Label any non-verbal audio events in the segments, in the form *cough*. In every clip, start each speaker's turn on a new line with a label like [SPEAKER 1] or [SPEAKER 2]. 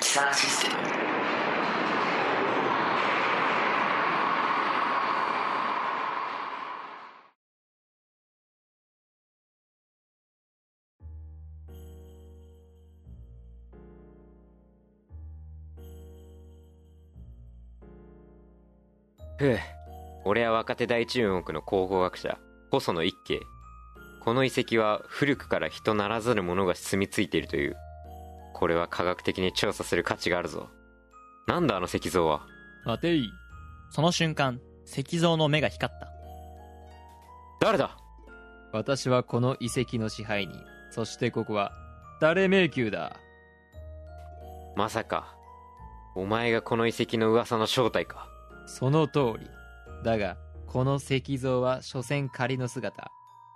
[SPEAKER 1] キサーシステム
[SPEAKER 2] ふう俺は若手大中国の考古学者細野一慶この遺跡は古くから人ならざるものが住み着いているというこれは科学的に調査する価値があるぞなんだあの石像は
[SPEAKER 3] 待てい。その瞬間、石像の目が光った。
[SPEAKER 2] 誰だ
[SPEAKER 4] 私はこの遺跡の支配人そしてここは誰迷宮だ
[SPEAKER 2] まさかお前がこの遺跡の噂の正体か
[SPEAKER 4] その通りだがこの石像は所詮仮の姿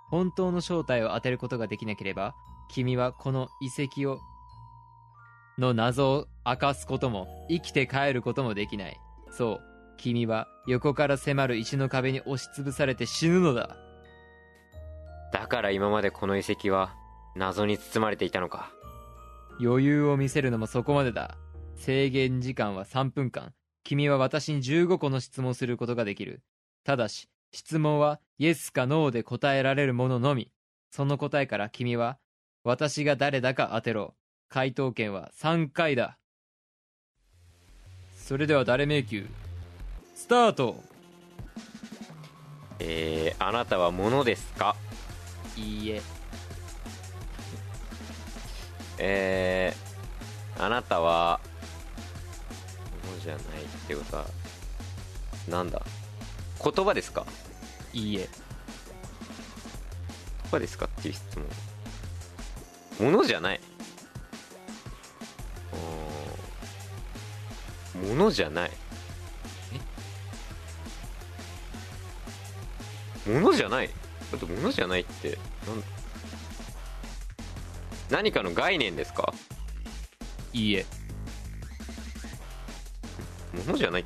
[SPEAKER 4] 本当の正体を当てることができなければ君はこの遺跡をの謎を明かすことも生きて帰ることもできないそう君は横から迫る石の壁に押しつぶされて死ぬのだ
[SPEAKER 2] だから今までこの遺跡は謎に包まれていたのか
[SPEAKER 4] 余裕を見せるのもそこまでだ制限時間は3分間君は私に15個の質問をすることができるただし質問はイエスかノーで答えられるもののみその答えから君は私が誰だか当てろ回答権は3回だそれでは誰迷宮スタート
[SPEAKER 2] えー、あなたは物ですか
[SPEAKER 4] いいえ
[SPEAKER 2] えー、あなたは物じゃないってことはなんだ言葉ですか
[SPEAKER 4] いいえ
[SPEAKER 2] 言葉ですかっていう質問物じゃないおー物じゃないえ物じゃないだって物じゃないってなん何かの概念ですか
[SPEAKER 4] いいえ
[SPEAKER 2] 物じゃない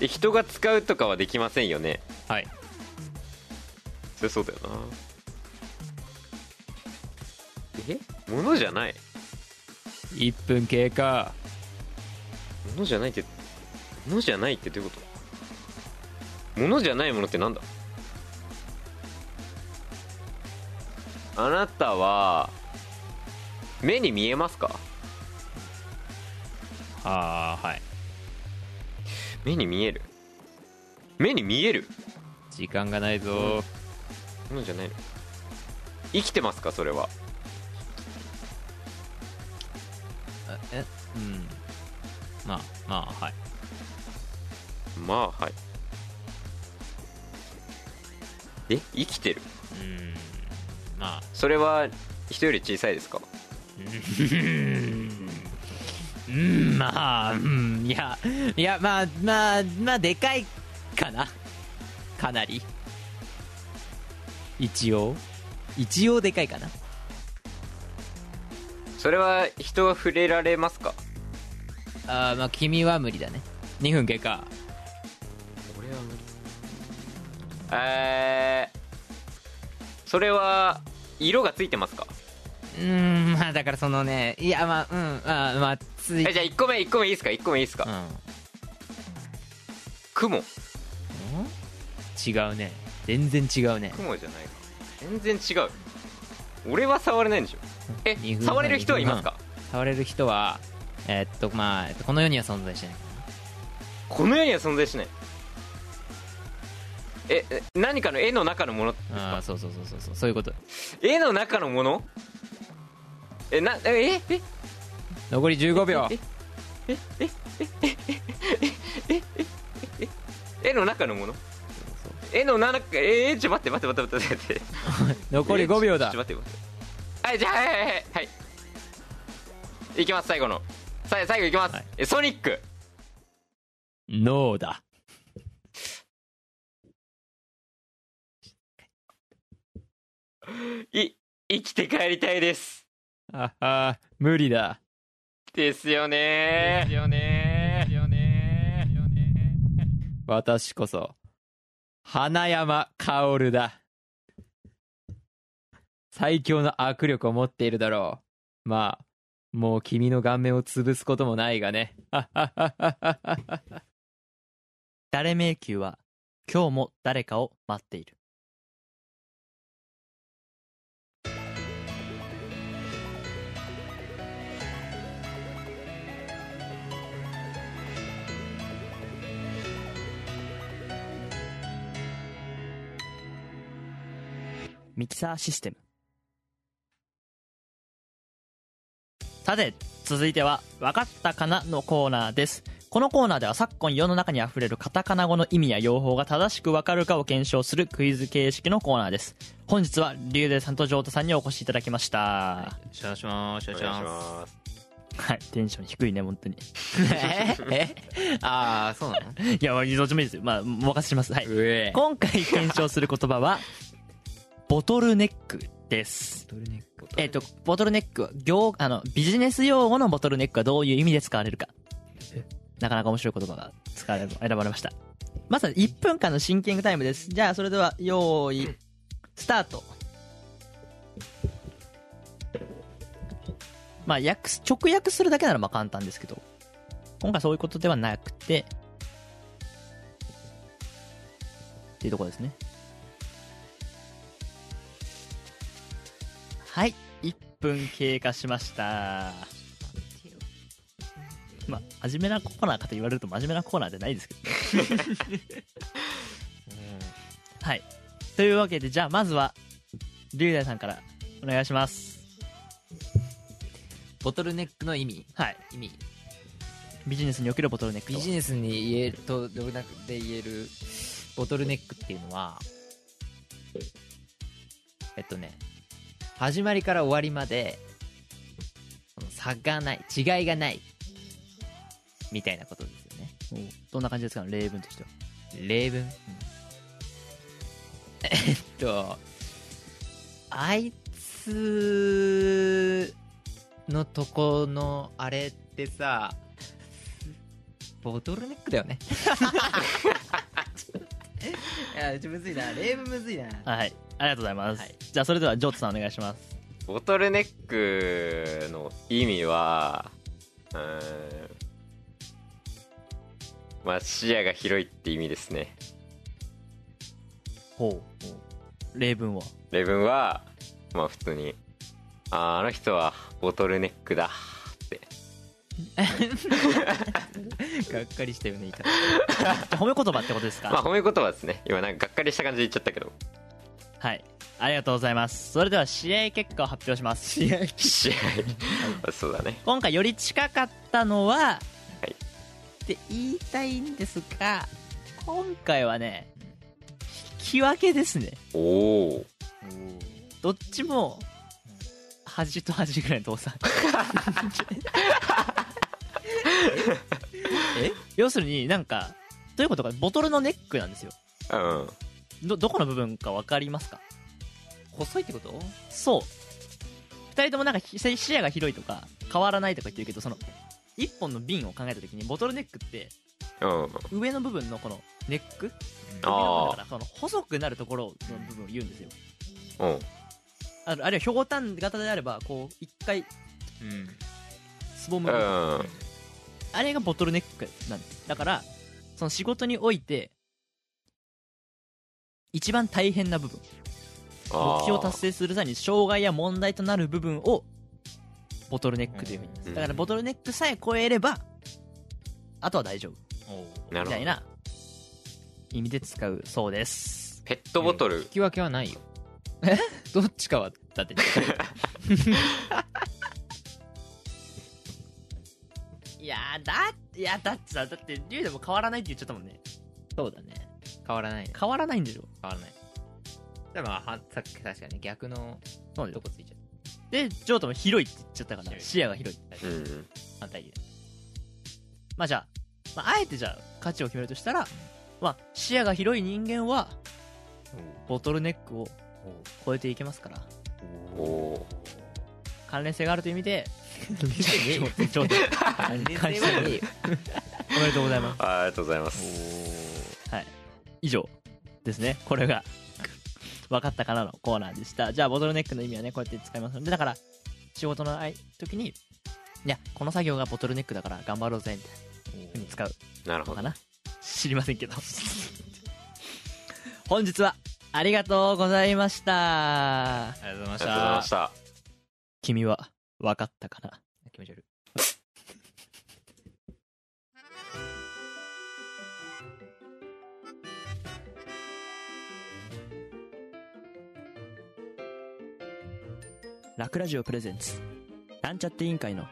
[SPEAKER 2] え人が使うとかはできませんよね
[SPEAKER 4] はい
[SPEAKER 2] そりゃそうだよなえ物じゃない
[SPEAKER 4] 1分経過
[SPEAKER 2] 物じゃないって物じゃないってどういうこと物じゃないものってなんだあなたは目に見えますか
[SPEAKER 4] ああはい
[SPEAKER 2] 目に見える目に見える
[SPEAKER 4] 時間がないぞ
[SPEAKER 2] ものじゃないの生きてますかそれは
[SPEAKER 4] えうんまあまあはい
[SPEAKER 2] まあはいえ生きてる
[SPEAKER 4] うんまあ
[SPEAKER 2] それは人より小さいですか
[SPEAKER 4] うん *laughs* まあうんいやいやまあまあまあでかいかなかなり一応一応でかいかな
[SPEAKER 2] それは人は触れられますか
[SPEAKER 4] あーまあ君は無理だね2分経過
[SPEAKER 2] 俺はえー、それは色がついてますか
[SPEAKER 4] うんまあだからそのねいやまあうんまあまあつい
[SPEAKER 2] えじゃあ1個目1個目いいですか1個目いいですか、雲
[SPEAKER 4] うん違うね全然違うね
[SPEAKER 2] 雲じゃないか全然違う俺は触れないんでしょえ
[SPEAKER 4] 二分前
[SPEAKER 2] 触れる人はいますか
[SPEAKER 4] 触れる人はえーっとまあえっとこの世には存在しない
[SPEAKER 2] この世には存在しないええ何かの絵の中のものです
[SPEAKER 4] あ
[SPEAKER 2] か
[SPEAKER 4] あそうそうそうそうそうそういうこと
[SPEAKER 2] 絵の中のものえなえええ
[SPEAKER 4] 残り15秒
[SPEAKER 2] え絵の中のもの絵の中えー、ちょ待って待って待って待って待って
[SPEAKER 4] 残り
[SPEAKER 2] えー
[SPEAKER 4] 5秒だ
[SPEAKER 2] ちょちょ待って待ってはいじゃあはいはいはいはいいきます最後のさ最後いきます、
[SPEAKER 4] はい
[SPEAKER 2] えソニック
[SPEAKER 4] ノーだ
[SPEAKER 2] い生きて帰りたいです
[SPEAKER 4] ああ無理だ
[SPEAKER 2] ですよねですよねですよねですよね
[SPEAKER 4] 私こそ花山薫だ最強の握力を持っているだろうまあもう君の顔面を潰すこともないがね
[SPEAKER 3] 誰迷宮は今日も誰かを待っている。ミキサーシステムさて続いては「分かったかな?」のコーナーですこのコーナーでは昨今世の中にあふれるカタカナ語の意味や用法が正しくわかるかを検証するクイズ形式のコーナーです本日はリュウデイさんとジョータさんにお越しいただきましたは
[SPEAKER 4] しましまし
[SPEAKER 2] お願いします
[SPEAKER 3] いテンション低いね本当に
[SPEAKER 4] え *laughs* ああそうなの
[SPEAKER 3] いやまあどっちもいいですよまあお任せしますはいう
[SPEAKER 4] えボ
[SPEAKER 3] 今回検証する言葉はボトルネックです
[SPEAKER 4] トルネック
[SPEAKER 3] えっ、とボトルネックは業あのビジネス用語のボトルネックはどういう意味で使われるかなかなか面白い言葉が使われ選ばれましたまずは1分間のシンキングタイムですじゃあそれでは用意スタートまあ訳す直訳するだけならまあ簡単ですけど今回そういうことではなくてっていうところですねはい1分経過しましたまあ真面目なコーナーかと言われると真面目なコーナーじゃないですけどはいというわけでじゃあまずは龍大さんからお願いします
[SPEAKER 4] ボトルネックの意味
[SPEAKER 3] はい
[SPEAKER 4] 意味
[SPEAKER 3] ビジネスにおけるボトルネックと
[SPEAKER 4] ビ
[SPEAKER 3] は
[SPEAKER 4] ジネスに言えるとどれだけで言えるボトルネックっていうのはえっとね始まりから終わりまでその差がない違いがないみたいなことですよ
[SPEAKER 3] おう
[SPEAKER 4] ね
[SPEAKER 3] どんな感じですか例文としては
[SPEAKER 4] 例文、えっとあいつのとこのあれってさボトルネックだよね *laughs* いやちょむずいな例文むずいな
[SPEAKER 3] はいありがとうございます、
[SPEAKER 4] はい
[SPEAKER 3] じゃあそれではジョートさんお願いします
[SPEAKER 2] ボトルネックの意味はうーんまあ視野が広いって意味ですね
[SPEAKER 3] ほう例文は
[SPEAKER 2] 例文はまあ普通にあーあの人はボトルネックだって
[SPEAKER 4] がっかりしたよね言い方
[SPEAKER 3] じゃあ褒め言葉ってことですか
[SPEAKER 2] まあ褒め言葉ですね今なんかがっかりした感じで言っちゃったけど
[SPEAKER 3] はい。ありがとうございます。それでは試合結果を発表します。
[SPEAKER 2] 試合そうだね
[SPEAKER 3] 今回より近かったのは、
[SPEAKER 2] はい
[SPEAKER 3] って言いたいんですが、今回はね、引き分けですね。
[SPEAKER 2] おお
[SPEAKER 3] どっちも、端と端ぐらいの動作。 *laughs* え *laughs* 要するになんか、どういうことか、ボトルのネックなんですよ。
[SPEAKER 2] うん
[SPEAKER 3] ど、どこの部分かわかりますか
[SPEAKER 4] 細いってこと
[SPEAKER 3] そう2人ともなんかひ視野が広いとか変わらないとか言ってるけどその1本の瓶を考えた時にボトルネックって
[SPEAKER 2] うん
[SPEAKER 3] 上の部分のこのネック首
[SPEAKER 2] あー
[SPEAKER 3] の部分だからその細くなるところの部分を言うんですよ
[SPEAKER 2] うん
[SPEAKER 3] あるあるいはひょうたん型であればこう1回
[SPEAKER 4] うん
[SPEAKER 3] すぼむ
[SPEAKER 2] う
[SPEAKER 3] 部分
[SPEAKER 2] ん
[SPEAKER 3] あれがボトルネックなんですだからその仕事において一番大変な部分目標達成する際に障害や問題となる部分をボトルネックというふうに言います
[SPEAKER 2] うん
[SPEAKER 3] だからボトルネックさえ超えればあとは大丈夫み
[SPEAKER 2] なる
[SPEAKER 3] た
[SPEAKER 2] ほ
[SPEAKER 3] い
[SPEAKER 2] ど
[SPEAKER 3] な
[SPEAKER 4] 意味で使う
[SPEAKER 3] そうです。
[SPEAKER 2] ペットボトル、
[SPEAKER 4] 引き分けはないよ *laughs* どっちかはだって
[SPEAKER 3] いやーだ、いやだってさ、だって竜でも変わらないって言っちゃったもんね。
[SPEAKER 4] そうだね変わらないね
[SPEAKER 3] 変わらないんでしょ。
[SPEAKER 4] 変わらないでもはさっき確かに逆の
[SPEAKER 3] そう
[SPEAKER 4] とこついちゃっ
[SPEAKER 3] で、ジョートも広いって言っちゃったから、視野が広い。
[SPEAKER 2] うんうん、
[SPEAKER 4] た反対で
[SPEAKER 3] まあじゃあ、まあ、あえてじゃあ価値を決めるとしたら、まあ視野が広い人間は、ボトルネックを超えていけますから、
[SPEAKER 2] おお
[SPEAKER 3] 関連性があるという意味で、
[SPEAKER 4] えよ
[SPEAKER 3] ジョート、関連性はねえよおめでとうございます。
[SPEAKER 2] ーありがとうございます
[SPEAKER 3] はい。以上ですね。これが、分かったかなのコーナーでした。じゃあ、ボトルネックの意味はね、こうやって使いますので、だから、仕事のあい時に、いや、この作業がボトルネックだから頑張ろうぜ、みたいな風に使う
[SPEAKER 2] なるほ
[SPEAKER 3] のか
[SPEAKER 2] ど
[SPEAKER 3] な。知りませんけど。本日は、ありがとうございました。
[SPEAKER 4] ありがとうございま
[SPEAKER 2] ありがとうございました
[SPEAKER 3] 君は、分かったかな
[SPEAKER 4] 気持ち悪い
[SPEAKER 3] ラクラジオプレゼンツなんちゃって委員会の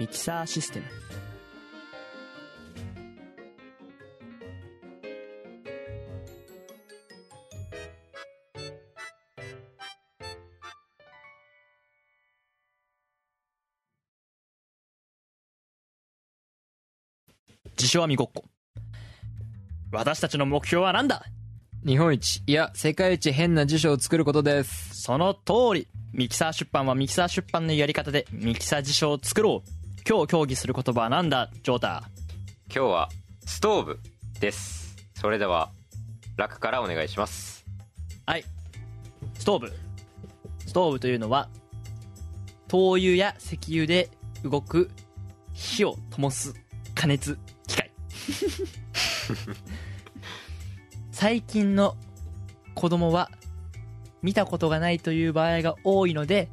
[SPEAKER 3] ミキサーシステム自称網ごっこ私たちの目標は何だ
[SPEAKER 4] 日本一いや世界一変な辞書を作ることです
[SPEAKER 3] その通りミキサー出版はミキサー出版のやり方でミキサー辞書を作ろう今日協議する言葉はなんだジョータ
[SPEAKER 2] 今日はストーブですそれでは楽からお願いします
[SPEAKER 3] はいストーブストーブというのは灯油や石油で動く火を灯す加熱機械最近の子供は見たことがないという場合が多いので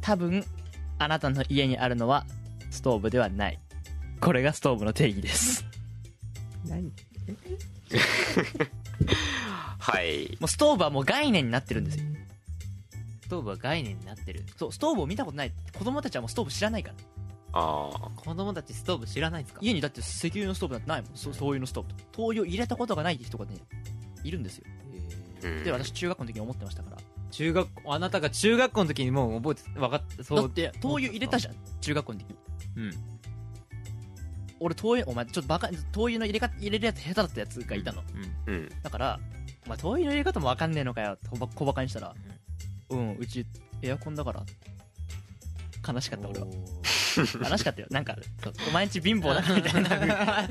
[SPEAKER 3] 多分あなたの家にあるのはストーブではないこれがストーブの定義です
[SPEAKER 2] はい
[SPEAKER 3] もうストーブはもう概念になってるんですよ
[SPEAKER 4] ストーブは概念になってる
[SPEAKER 3] そうストーブを見たことない子供たちはもうストーブ知らないから
[SPEAKER 2] ああ
[SPEAKER 4] 子供たちストーブ知らないんですか
[SPEAKER 3] 家にだって石油のストーブなんてないもんそそういうのストーブと灯油を入れたことがないって人がねいるんですよ
[SPEAKER 2] うん
[SPEAKER 3] で私中学校の時に思ってましたから
[SPEAKER 4] 中学校あなたが中学校の時にもう覚えて分かったそ
[SPEAKER 3] だっ
[SPEAKER 4] う
[SPEAKER 3] て灯油入れたじゃん中学校の時
[SPEAKER 4] うん
[SPEAKER 3] 俺灯油お前ちょっとバカ灯油の入れ方入れるやつ下手だったやつがいたの、
[SPEAKER 2] うん
[SPEAKER 3] だから「お前灯油の入れ方も分かんねえのかよ」とば小バカにしたら「うん、うちエアコンだから」悲しかった俺は悲しかったよなんかそうお前んち貧乏だからみたいなっ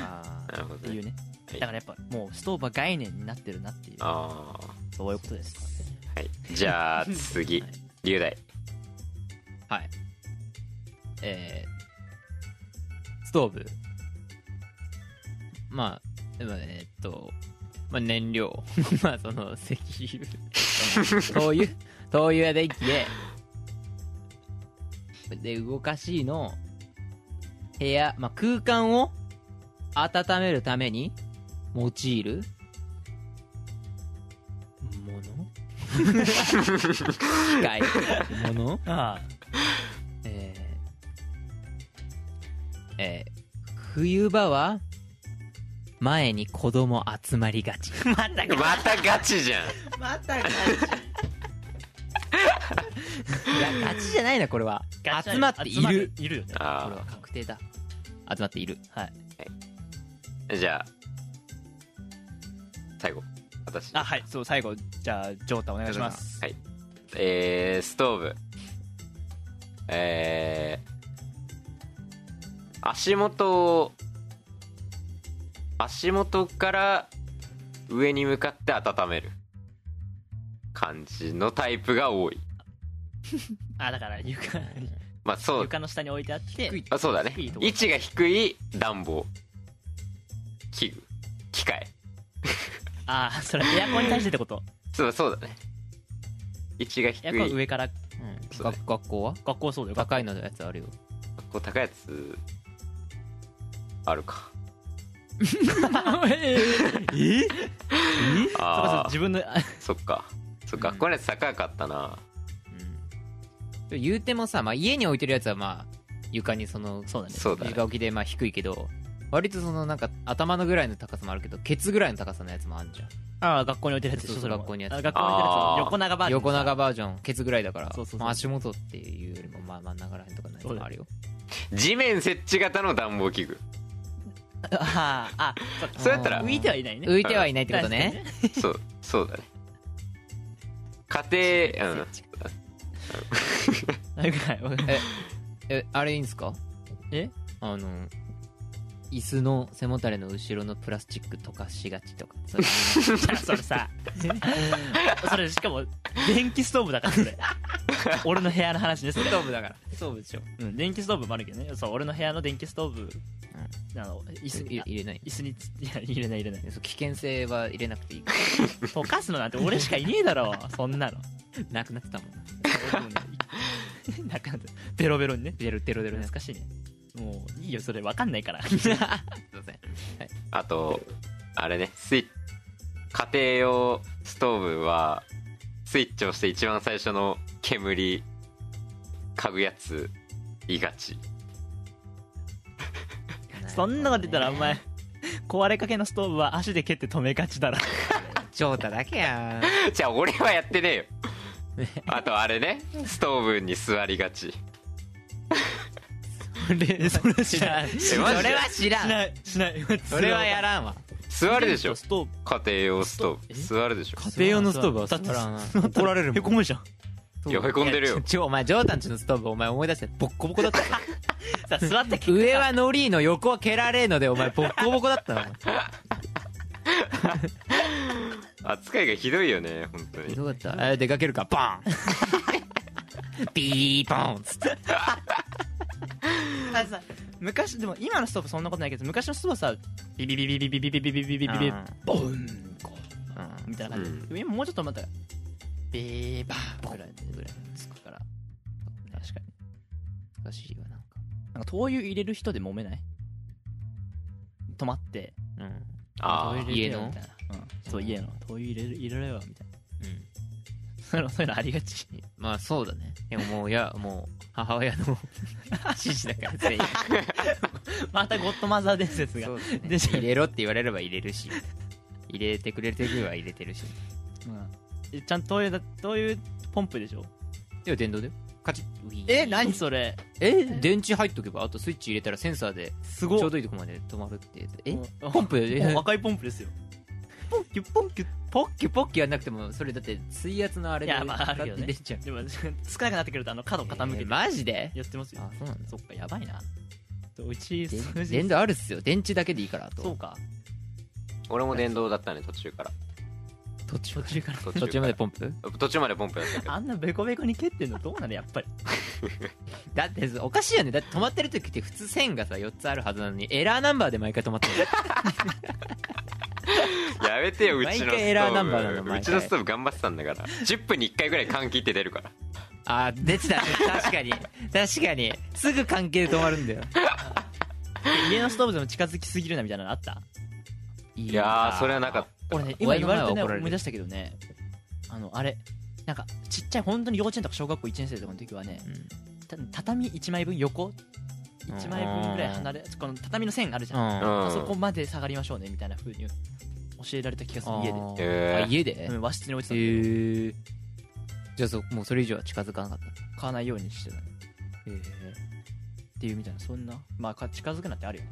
[SPEAKER 4] あ
[SPEAKER 2] なるほど
[SPEAKER 3] てい
[SPEAKER 2] ね
[SPEAKER 3] うね
[SPEAKER 2] はい
[SPEAKER 3] だからやっぱもうストーブは概念になってるなっていう
[SPEAKER 2] ああ
[SPEAKER 3] そういうことです
[SPEAKER 2] はいじゃあ次
[SPEAKER 3] はい
[SPEAKER 2] 龍大
[SPEAKER 4] はいえー、ストーブまあでもねえっとまあ燃料 *laughs* まあその石油灯油灯油や電気でで動かしいの部屋、まあ、空間を温めるために用いるもの *laughs* 機械もの
[SPEAKER 3] あ
[SPEAKER 4] えーえー冬場は前に子供集まりがち
[SPEAKER 3] あまた
[SPEAKER 2] またガチじゃん
[SPEAKER 3] また
[SPEAKER 4] いやガチじゃないなこれは集まっている
[SPEAKER 3] いるよね
[SPEAKER 4] これ
[SPEAKER 2] あ
[SPEAKER 4] は確定だ集まっている
[SPEAKER 3] はい
[SPEAKER 2] あじゃあ最後私
[SPEAKER 3] あはいそう最後じゃあジョータお願いします
[SPEAKER 2] はいえー、ストーブえー、足元を足元から上に向かって温める感じのタイプが多い
[SPEAKER 3] あだから床
[SPEAKER 2] まあそう
[SPEAKER 3] 床の下に置いてあって
[SPEAKER 4] 低い
[SPEAKER 2] あそうだね
[SPEAKER 3] 低いとこ
[SPEAKER 2] 位置が低い暖房器具機械
[SPEAKER 3] ああそれエアコンに対してってこと
[SPEAKER 2] そうそうだね位置が
[SPEAKER 3] エ
[SPEAKER 2] 低
[SPEAKER 3] アコン
[SPEAKER 2] い
[SPEAKER 3] 上から
[SPEAKER 2] そうだね
[SPEAKER 4] 学学校は
[SPEAKER 3] 学校そうだよ
[SPEAKER 4] 高いのやつあるよ
[SPEAKER 2] こう高いやつあるか
[SPEAKER 3] えそうかそうか
[SPEAKER 2] ああ
[SPEAKER 3] 自分のあ
[SPEAKER 2] そっかそっか
[SPEAKER 4] うん
[SPEAKER 2] これ高かったな
[SPEAKER 4] 言うてもさ、まあ、家に置いてるやつはまあ床にその
[SPEAKER 3] そうだね
[SPEAKER 2] そうだね
[SPEAKER 4] 床置きでまあ低いけど割とそのなんか頭のぐらいの高さもあるけどケツぐらいの高さのやつもあるじゃ
[SPEAKER 3] ああ学校に置いてるやつでしょ
[SPEAKER 4] そう
[SPEAKER 3] それも
[SPEAKER 4] 学校にやつ
[SPEAKER 3] あ学校に置いてるやつ
[SPEAKER 2] あー
[SPEAKER 3] 横長バー
[SPEAKER 4] ん
[SPEAKER 3] ジョン
[SPEAKER 4] 横長バージョンケツぐらいだから
[SPEAKER 3] そうそうそう
[SPEAKER 4] まあ足元っていうよりもまあ真ん中らへんとかのやつもあるよ
[SPEAKER 2] 地面設置型の暖房器具
[SPEAKER 3] あああそうか
[SPEAKER 2] そうやったら
[SPEAKER 3] 浮いてはいないね
[SPEAKER 4] 浮いてはいないってことね
[SPEAKER 2] そうそうだね家庭うん
[SPEAKER 3] 確かにね *laughs* はいはい
[SPEAKER 4] *laughs* えあれいいんですか
[SPEAKER 3] え
[SPEAKER 4] あの椅子の背もたれの後ろのプラスチック溶かしがちとかそういうの
[SPEAKER 3] じゃあそれ *laughs* さそれしかも電気ストーブだからそれ俺の部屋の話ねそれ
[SPEAKER 4] ストーブだから
[SPEAKER 3] ストーブでしょ、うん、電気ストーブもあるけどねそう俺の部屋の電気ストーブ、あの椅子に
[SPEAKER 4] 入れ入れない
[SPEAKER 3] 椅子についや入れない入れない
[SPEAKER 4] そう危険性は入れなくていいか
[SPEAKER 3] 溶かすのなんて俺しかいねえだろそんなの
[SPEAKER 4] らなくなってたもん
[SPEAKER 3] 俺もねいなんかベロベロにね
[SPEAKER 4] デロデロデロ
[SPEAKER 3] 懐かしいねもういいよそれわかんない *laughs* から
[SPEAKER 4] すいません
[SPEAKER 2] あとあれねスイッ家庭用ストーブはスイッチを押して一番最初の煙嗅ぐやついがち *laughs*
[SPEAKER 3] そんなこと言ったらお前壊れかけのストーブは足で蹴って止めがちだ *laughs* ろ
[SPEAKER 4] ジョータだけや
[SPEAKER 2] じゃあ俺はやってねえよあとあれねストーブに座りがち
[SPEAKER 4] それ
[SPEAKER 3] それ知らん
[SPEAKER 4] それ
[SPEAKER 2] マジで
[SPEAKER 4] は知ら
[SPEAKER 3] し
[SPEAKER 4] ん
[SPEAKER 3] ないしない *laughs*
[SPEAKER 4] それはやらんわ
[SPEAKER 2] 座るでしょ
[SPEAKER 3] ストーブ
[SPEAKER 2] 家庭用スト
[SPEAKER 3] え
[SPEAKER 2] ーブ座るでしょ
[SPEAKER 3] 家庭用のストーブは
[SPEAKER 4] だって
[SPEAKER 3] 座
[SPEAKER 4] 怒られる
[SPEAKER 3] へこむじゃん
[SPEAKER 2] いやへこんでるよ
[SPEAKER 4] ちょお前ジョータんちのストーブお前思い出してボッコボコだったよ
[SPEAKER 3] さ座って蹴
[SPEAKER 4] 上はノリーの横は蹴られーのでお *laughs* 前ボッコボコだったの
[SPEAKER 2] 扱いがひどいよね本当に
[SPEAKER 4] どうだったあ出かけるかバーン *laughs* ビーボーンつって
[SPEAKER 3] あさ昔でも今のストーブそんなことないけど昔のストーブはさビビビビビビビビビビビビビビ
[SPEAKER 4] うん
[SPEAKER 3] ボーンこうみたいな感じ、
[SPEAKER 2] うん
[SPEAKER 3] でも今もうちょっとまたビーバーンぐらいぐらいつくから確かに
[SPEAKER 4] 難しいわなんか
[SPEAKER 3] なんか灯油入れる人で揉めない止まって
[SPEAKER 4] うん
[SPEAKER 2] あ
[SPEAKER 3] 灯
[SPEAKER 2] あ
[SPEAKER 3] 油入れてよ
[SPEAKER 4] 家の
[SPEAKER 3] みたいな、うん、そう家の灯油入れる入れろよみたいな
[SPEAKER 4] うん
[SPEAKER 3] そういうのそういうのありがち
[SPEAKER 4] まあそうだねでももういやもう母親の指示だから全員
[SPEAKER 3] またゴッドマザー伝説が
[SPEAKER 4] そううんですね
[SPEAKER 3] で
[SPEAKER 4] 入れろって言われれば入れるし入れてくれてる時は入れてるし
[SPEAKER 3] えちゃんと灯油だ灯油ポンプでしょ
[SPEAKER 4] では電動でカチッウィーン
[SPEAKER 3] え何それ
[SPEAKER 4] え電池入っとけばあとスイッチ入れたらセンサーですち
[SPEAKER 3] ごっ
[SPEAKER 4] ょうどいいとこまで止まるってやつえ
[SPEAKER 3] うん
[SPEAKER 4] ポンプ
[SPEAKER 3] もう赤いポンプですよ
[SPEAKER 4] ポッキュポッキュポッキュポッキュやんなくてもそれだって水圧のあれ
[SPEAKER 3] いやまああるけどね
[SPEAKER 4] 出ちゃう
[SPEAKER 3] でも少なくなってくるとあの角傾け
[SPEAKER 4] え
[SPEAKER 3] て
[SPEAKER 4] ーマジで
[SPEAKER 3] やってますよ
[SPEAKER 4] あそうなんだ
[SPEAKER 3] そっかやばいなうち
[SPEAKER 4] で
[SPEAKER 3] 数字
[SPEAKER 4] 電動あるっすよ電池だけでいいからあ
[SPEAKER 3] そう
[SPEAKER 4] と
[SPEAKER 3] か
[SPEAKER 2] 俺も電動だったね途中から
[SPEAKER 3] 途中途中から
[SPEAKER 2] 途中
[SPEAKER 4] 途中ま
[SPEAKER 2] ま
[SPEAKER 4] で
[SPEAKER 2] で
[SPEAKER 4] ポンプ
[SPEAKER 2] 途中までポンプだったけど
[SPEAKER 3] あんなベコベコに蹴ってんのどうなのやっぱり
[SPEAKER 4] だっておかしいよねだって止まってる時って普通線がさ4つあるはずなのにエラーナンバーで毎回止ま *laughs* ってる
[SPEAKER 2] やめてようちの
[SPEAKER 4] 毎回エラーナンバ
[SPEAKER 2] ス
[SPEAKER 4] ーな
[SPEAKER 2] トー
[SPEAKER 4] の毎
[SPEAKER 2] ブ
[SPEAKER 4] 回
[SPEAKER 2] うちのストーブ頑張ってたんだから10分に1回ぐらい換気って出るから
[SPEAKER 4] あー出てたね確かに確かにすぐ関係で止まるんだよ
[SPEAKER 3] 家のストーブでも近づきすぎるなみたいなのあった
[SPEAKER 4] い
[SPEAKER 2] いやーそれはなかっ
[SPEAKER 3] 俺ね今
[SPEAKER 4] 親
[SPEAKER 3] 言
[SPEAKER 4] の
[SPEAKER 3] われ
[SPEAKER 4] 前は
[SPEAKER 3] てね
[SPEAKER 4] 怒られる
[SPEAKER 3] 思い出したけどねあのあれなんかちっちゃい本当に幼稚園とか小学校1年生とかの時はねた畳1枚分横1枚分ぐらい離れこの畳の線あるじゃん
[SPEAKER 2] た
[SPEAKER 4] あ
[SPEAKER 3] あそこ
[SPEAKER 2] うん
[SPEAKER 3] まで下がりましょうねみたいな風に教えられた気がする家で
[SPEAKER 4] ー
[SPEAKER 2] へー
[SPEAKER 4] あ家で
[SPEAKER 3] うん和室に置いてたんだけど
[SPEAKER 4] へえじゃあそもうそれ以上は近づかなかった
[SPEAKER 3] 買わないようにしてたねっていうみたいなそんなまあか近づくなってあるよね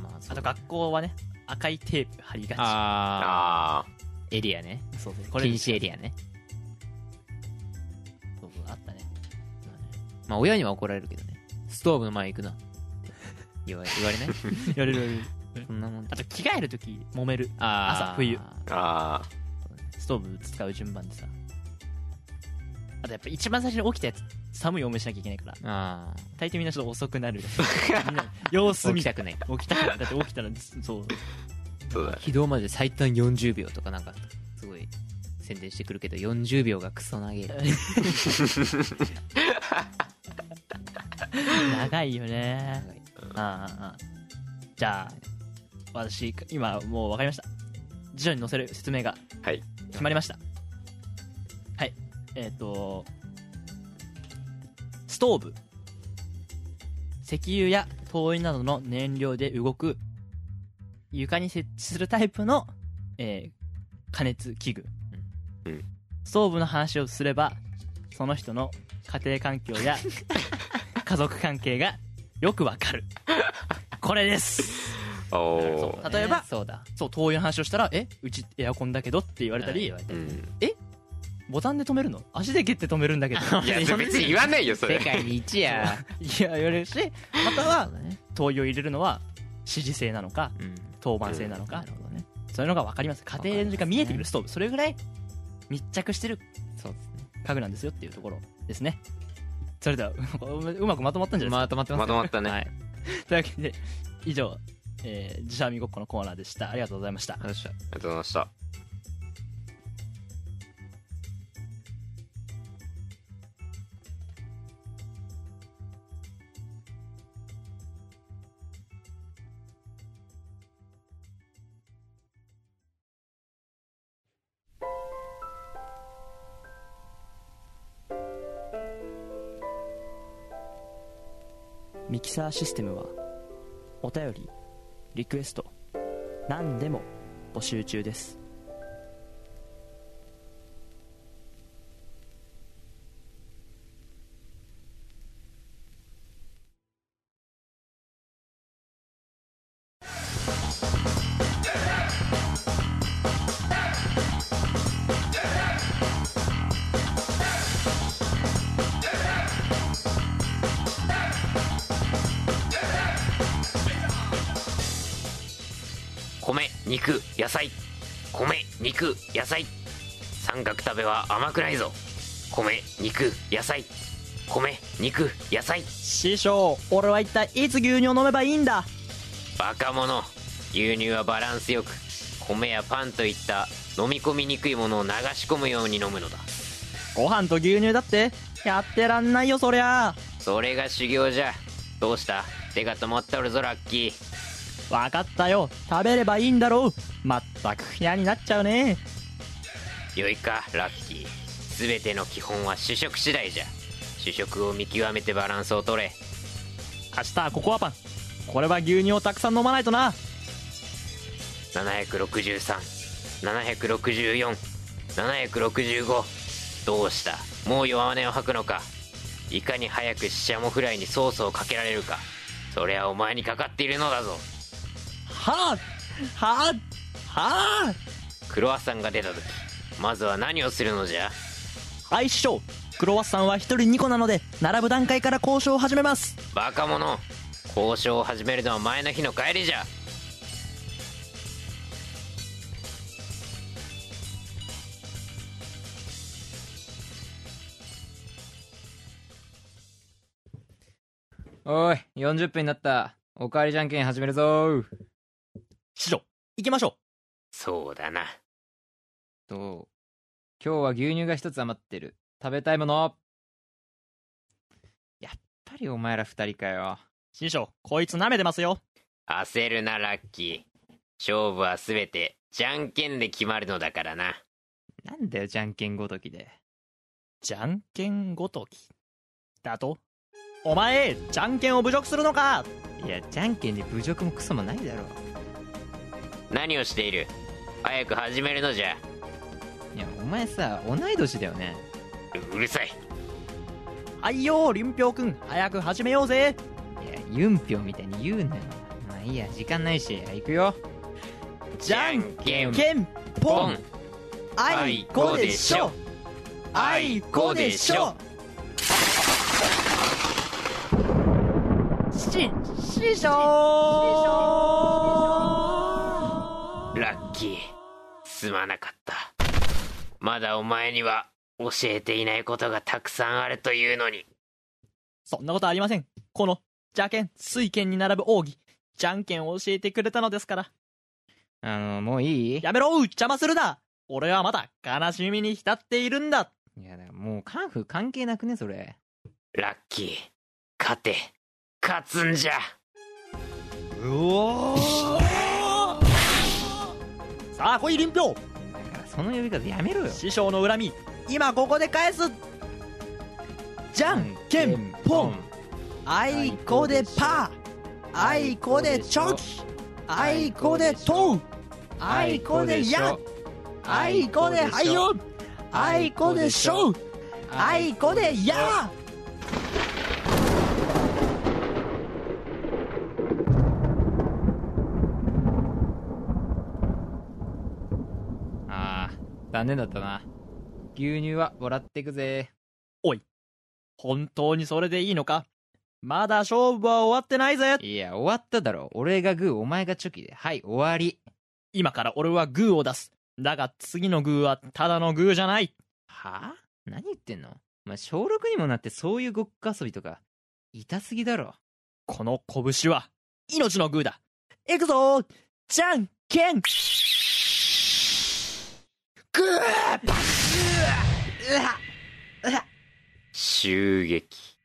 [SPEAKER 4] まあそ
[SPEAKER 3] あ
[SPEAKER 4] う
[SPEAKER 3] と学校はね赤いテープ貼りが
[SPEAKER 4] あ
[SPEAKER 2] あ
[SPEAKER 4] ーエリアね
[SPEAKER 3] ちそうそうこれ
[SPEAKER 4] 禁止エリアね
[SPEAKER 3] そうそうあったね
[SPEAKER 4] まあ親には怒られるけどねストーブの前行くなって言われ言われない *laughs*
[SPEAKER 3] やれるやれる
[SPEAKER 4] そんなもん
[SPEAKER 3] あと着替える時揉める
[SPEAKER 4] あー
[SPEAKER 3] 朝冬
[SPEAKER 2] ーあ
[SPEAKER 3] ストーブ使う順番でさあとやっぱ一番最初に起きたやつ寒い思いしなきゃいけないから
[SPEAKER 4] あ
[SPEAKER 3] 大抵みんなちょっと遅くなるみんな様
[SPEAKER 4] あ
[SPEAKER 3] 子
[SPEAKER 4] 起き
[SPEAKER 3] 見
[SPEAKER 4] たくない
[SPEAKER 3] 起きたくないだって起きたらそう
[SPEAKER 2] ーそうだね
[SPEAKER 4] 起動まで最短40秒とかなんかすごい宣伝してくるけど40秒がクソ長い
[SPEAKER 3] 長いよね
[SPEAKER 4] 長い
[SPEAKER 3] ああああじゃあ私今もう分かりました辞書に載せる説明が
[SPEAKER 2] はい
[SPEAKER 3] 決まりましたはいえっ、とストーブ石油や灯油などの燃料で動く床に設置するタイプの、えー加熱器具、
[SPEAKER 2] うん
[SPEAKER 3] ストーブの話をすればその人の家庭環境
[SPEAKER 2] *laughs*
[SPEAKER 3] や家族関係がよくわかるこれです
[SPEAKER 2] おお
[SPEAKER 3] そう例えば
[SPEAKER 4] そうだ
[SPEAKER 3] そう灯油の話をしたら「えうちエアコンだけど」って言われたり、
[SPEAKER 4] うん
[SPEAKER 2] ーうん
[SPEAKER 3] ボタンで止めるの足で蹴って止めるんだけど
[SPEAKER 2] いやそれ別に言わないよそれ
[SPEAKER 4] 世界に一 *laughs* や
[SPEAKER 3] いや言われるしまたは
[SPEAKER 4] そうだね
[SPEAKER 3] 灯油を入れるのは指示性なのか
[SPEAKER 4] うん
[SPEAKER 3] 当番性なのか
[SPEAKER 4] な、るほどね
[SPEAKER 3] そういうのが分かります家庭が見えてくるストーブそれぐらい密着してる
[SPEAKER 4] そうですね
[SPEAKER 3] 家具なんですよっていうところですねそれではううまくまとまったんじゃないですか、
[SPEAKER 4] まとまってま
[SPEAKER 2] ます
[SPEAKER 4] ね
[SPEAKER 2] とまったね、
[SPEAKER 3] はい、というわけで以上、えー、自社みごっこのコーナーでしたありがとうございました
[SPEAKER 4] よっしゃ
[SPEAKER 2] ありがとうございました
[SPEAKER 3] ミキサーシステムはお便りリクエスト何でも募集中です
[SPEAKER 2] 米肉野菜米肉野菜三角食べは甘くないぞ米肉野菜米肉野菜
[SPEAKER 3] 師匠俺は一体いつ牛乳を飲めばいいんだ
[SPEAKER 2] バカ者牛乳はバランスよく米やパンといった飲み込みにくいものを流し込むように飲むのだ
[SPEAKER 3] ご飯と牛乳だってやってらんないよそりゃ
[SPEAKER 2] それが修行じゃどうした手が止まったるぞラッキー
[SPEAKER 3] 分かったよ食べればいいんだろうまったく嫌になっちゃうね
[SPEAKER 2] よいかラッキー全ての基本は主食次第じゃ主食を見極めてバランスをとれ
[SPEAKER 3] 明日はココアパンこれは牛乳をたくさん飲まないとな
[SPEAKER 2] 763764765どうしたもう弱音を吐くのかいかに早くシシャモフライにソースをかけられるかそりゃお前にかかっているのだぞ
[SPEAKER 3] はあはあはあ
[SPEAKER 2] クロワッサンが出た時まずは何をするのじゃ
[SPEAKER 3] はい師匠クロワッサンは1人2個なので並ぶ段階から交渉を始めます
[SPEAKER 2] バカ者交渉を始めるのは前の日の帰りじゃ
[SPEAKER 4] おい40分になったおかわりじゃんけん始めるぞー
[SPEAKER 3] 師匠行きましょう
[SPEAKER 2] そうだな
[SPEAKER 4] と今日は牛乳が一つ余ってる食べたいものやっぱりお前ら二人かよ
[SPEAKER 3] 師匠こいつ舐めてますよ
[SPEAKER 2] 焦るなラッキー勝負は全てじゃんけんで決まるのだからな
[SPEAKER 4] なんだよじゃんけんごときで
[SPEAKER 3] じゃんけんごときだとお前じゃんけんを侮辱するのか
[SPEAKER 4] いやじゃんけんで侮辱もクソもないだろ
[SPEAKER 2] 何をしている早く始めるのじゃ
[SPEAKER 4] いやお前さ同い年だよね
[SPEAKER 2] ううるさい
[SPEAKER 3] はいよー林平くん早く始めようぜ
[SPEAKER 4] いやユンピョンみたいに言うなよまあいいや時間ないし行くよ
[SPEAKER 3] じゃん
[SPEAKER 2] け
[SPEAKER 3] けんぽ
[SPEAKER 2] ポ
[SPEAKER 3] ん
[SPEAKER 2] ン
[SPEAKER 3] あいこでしょあいこでしょし師匠
[SPEAKER 2] ラッキーすまなかったまだお前には教えていないことがたくさんあるというのに
[SPEAKER 3] そんなことありませんこの邪剣水剣に並ぶ奥義じゃんけんを教えてくれたのですから
[SPEAKER 4] あのもういい
[SPEAKER 3] やめろ邪魔するな俺はまだ悲しみに浸っているんだ
[SPEAKER 4] いやだからもうカンフー関係なくねそれ
[SPEAKER 2] ラッキー勝て勝つんじゃ
[SPEAKER 3] うおー
[SPEAKER 5] さあ来い臨氷
[SPEAKER 4] だからその呼び方やめろよ
[SPEAKER 3] 師匠の恨み
[SPEAKER 5] 今ここで返すじゃんけんぽんあいこでパーあいこでチョキあいこでトウあいこでヤあいこでハイヨあいこでショウあいこでヤー
[SPEAKER 4] あー残念だったな牛乳はもらってくぜ
[SPEAKER 3] 本当にそれでいいのかまだ勝負は終わってないぜ
[SPEAKER 4] いや終わっただろ俺がグーお前がチョキではい終わり
[SPEAKER 3] 今から俺はグーを出すだが次のグーはただのグーじゃない
[SPEAKER 4] はあ何言ってんのお前小6にもなってそういうごっこ遊びとか痛すぎだろ
[SPEAKER 3] この拳は命のグーだ
[SPEAKER 5] いくぞじゃんけんグーパーうわうわ
[SPEAKER 2] 襲撃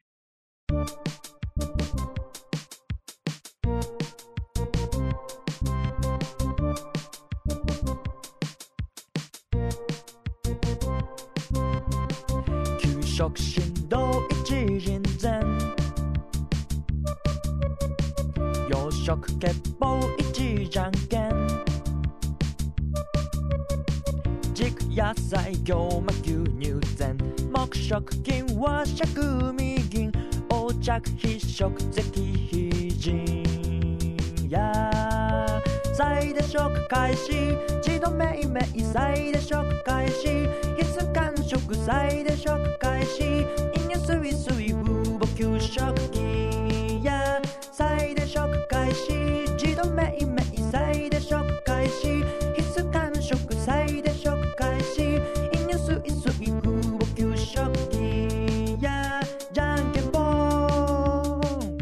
[SPEAKER 5] 給食振動一人前洋食欠乏一じゃんけん軸野菜行馬牛乳膳黙食金和食未銀横着必食石非人や再で食開始自動命名再で食開始必須間食再で食開始飲料水水風母給食器や再で食開始自動命名再で食開始必須間食再で食開始飲料水水風母給食器やじゃんけんぽん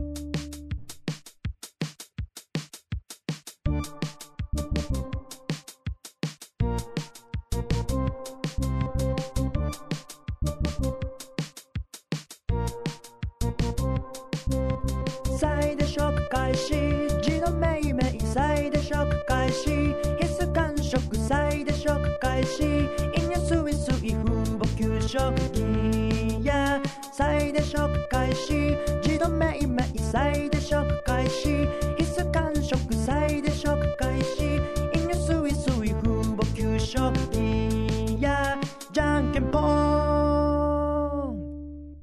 [SPEAKER 5] 再で食開始自動命名再で食開始必須完食再で食開始飲料水水風母給食器や再で食開始自動命名再で食開始必須完食再で食開始飲料水水風母給食器やじゃんけんぽん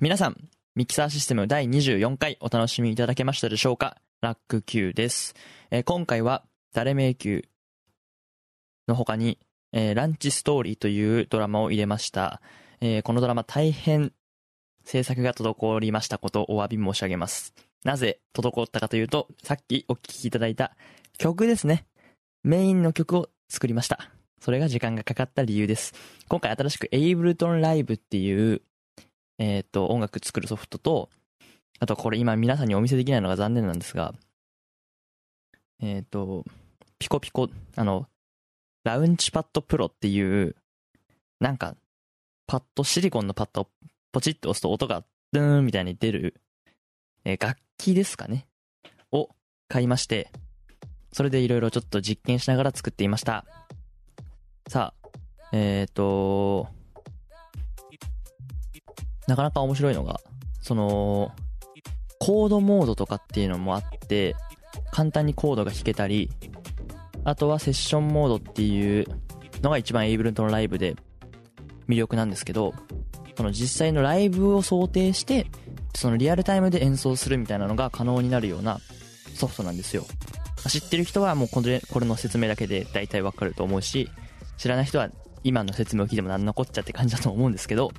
[SPEAKER 3] 皆さんミキサーシステム第24回お楽しみいただけましたでしょうかラック Q です、えー今回は「誰迷宮」の他に、えーランチストーリー」というドラマを入れました、えーこのドラマ大変制作が滞りましたことをお詫び申し上げますなぜ滞ったかというとさっきお聴きいただいた曲ですねメインの曲を作りましたそれが時間がかかった理由です今回新しく Ableton Live っていうえーっと、音楽作るソフトと、あとこれ今皆さんにお見せできないのが残念なんですが、えーっと、ピコピコ、あの、ラウンチパッドプロっていう、なんか、パッド、シリコンのパッドをポチッと押すと音がドゥーンみたいに出る、えー楽器ですかねを買いまして、それでいろいろちょっと実験しながら作っていました。さあ、えーっと、なかなか面白いのが、その、コードモードとかっていうのもあって、簡単にコードが弾けたり、あとはセッションモードっていうのが一番 Ableton Live で魅力なんですけど、その実際のライブを想定して、そのリアルタイムで演奏するみたいなのが可能になるようなソフトなんですよ。知ってる人はもうこれこれの説明だけで大体わかると思うし、知らない人は今の説明を聞いてもなんのこっちゃって感じだと思うんですけど、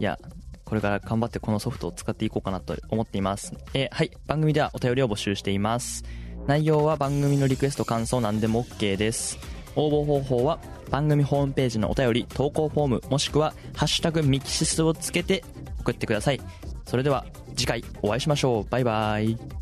[SPEAKER 3] いや、これから頑張ってこのソフトを使っていこうかなと思っています。えーはい、番組ではお便りを募集しています。内容は番組のリクエスト、感想、なんでも OK です。応募方法は番組ホームページのお便り、投稿フォーム、もしくはハッシュタグミキシスをつけて送ってください。それでは次回お会いしましょう。バイバイ。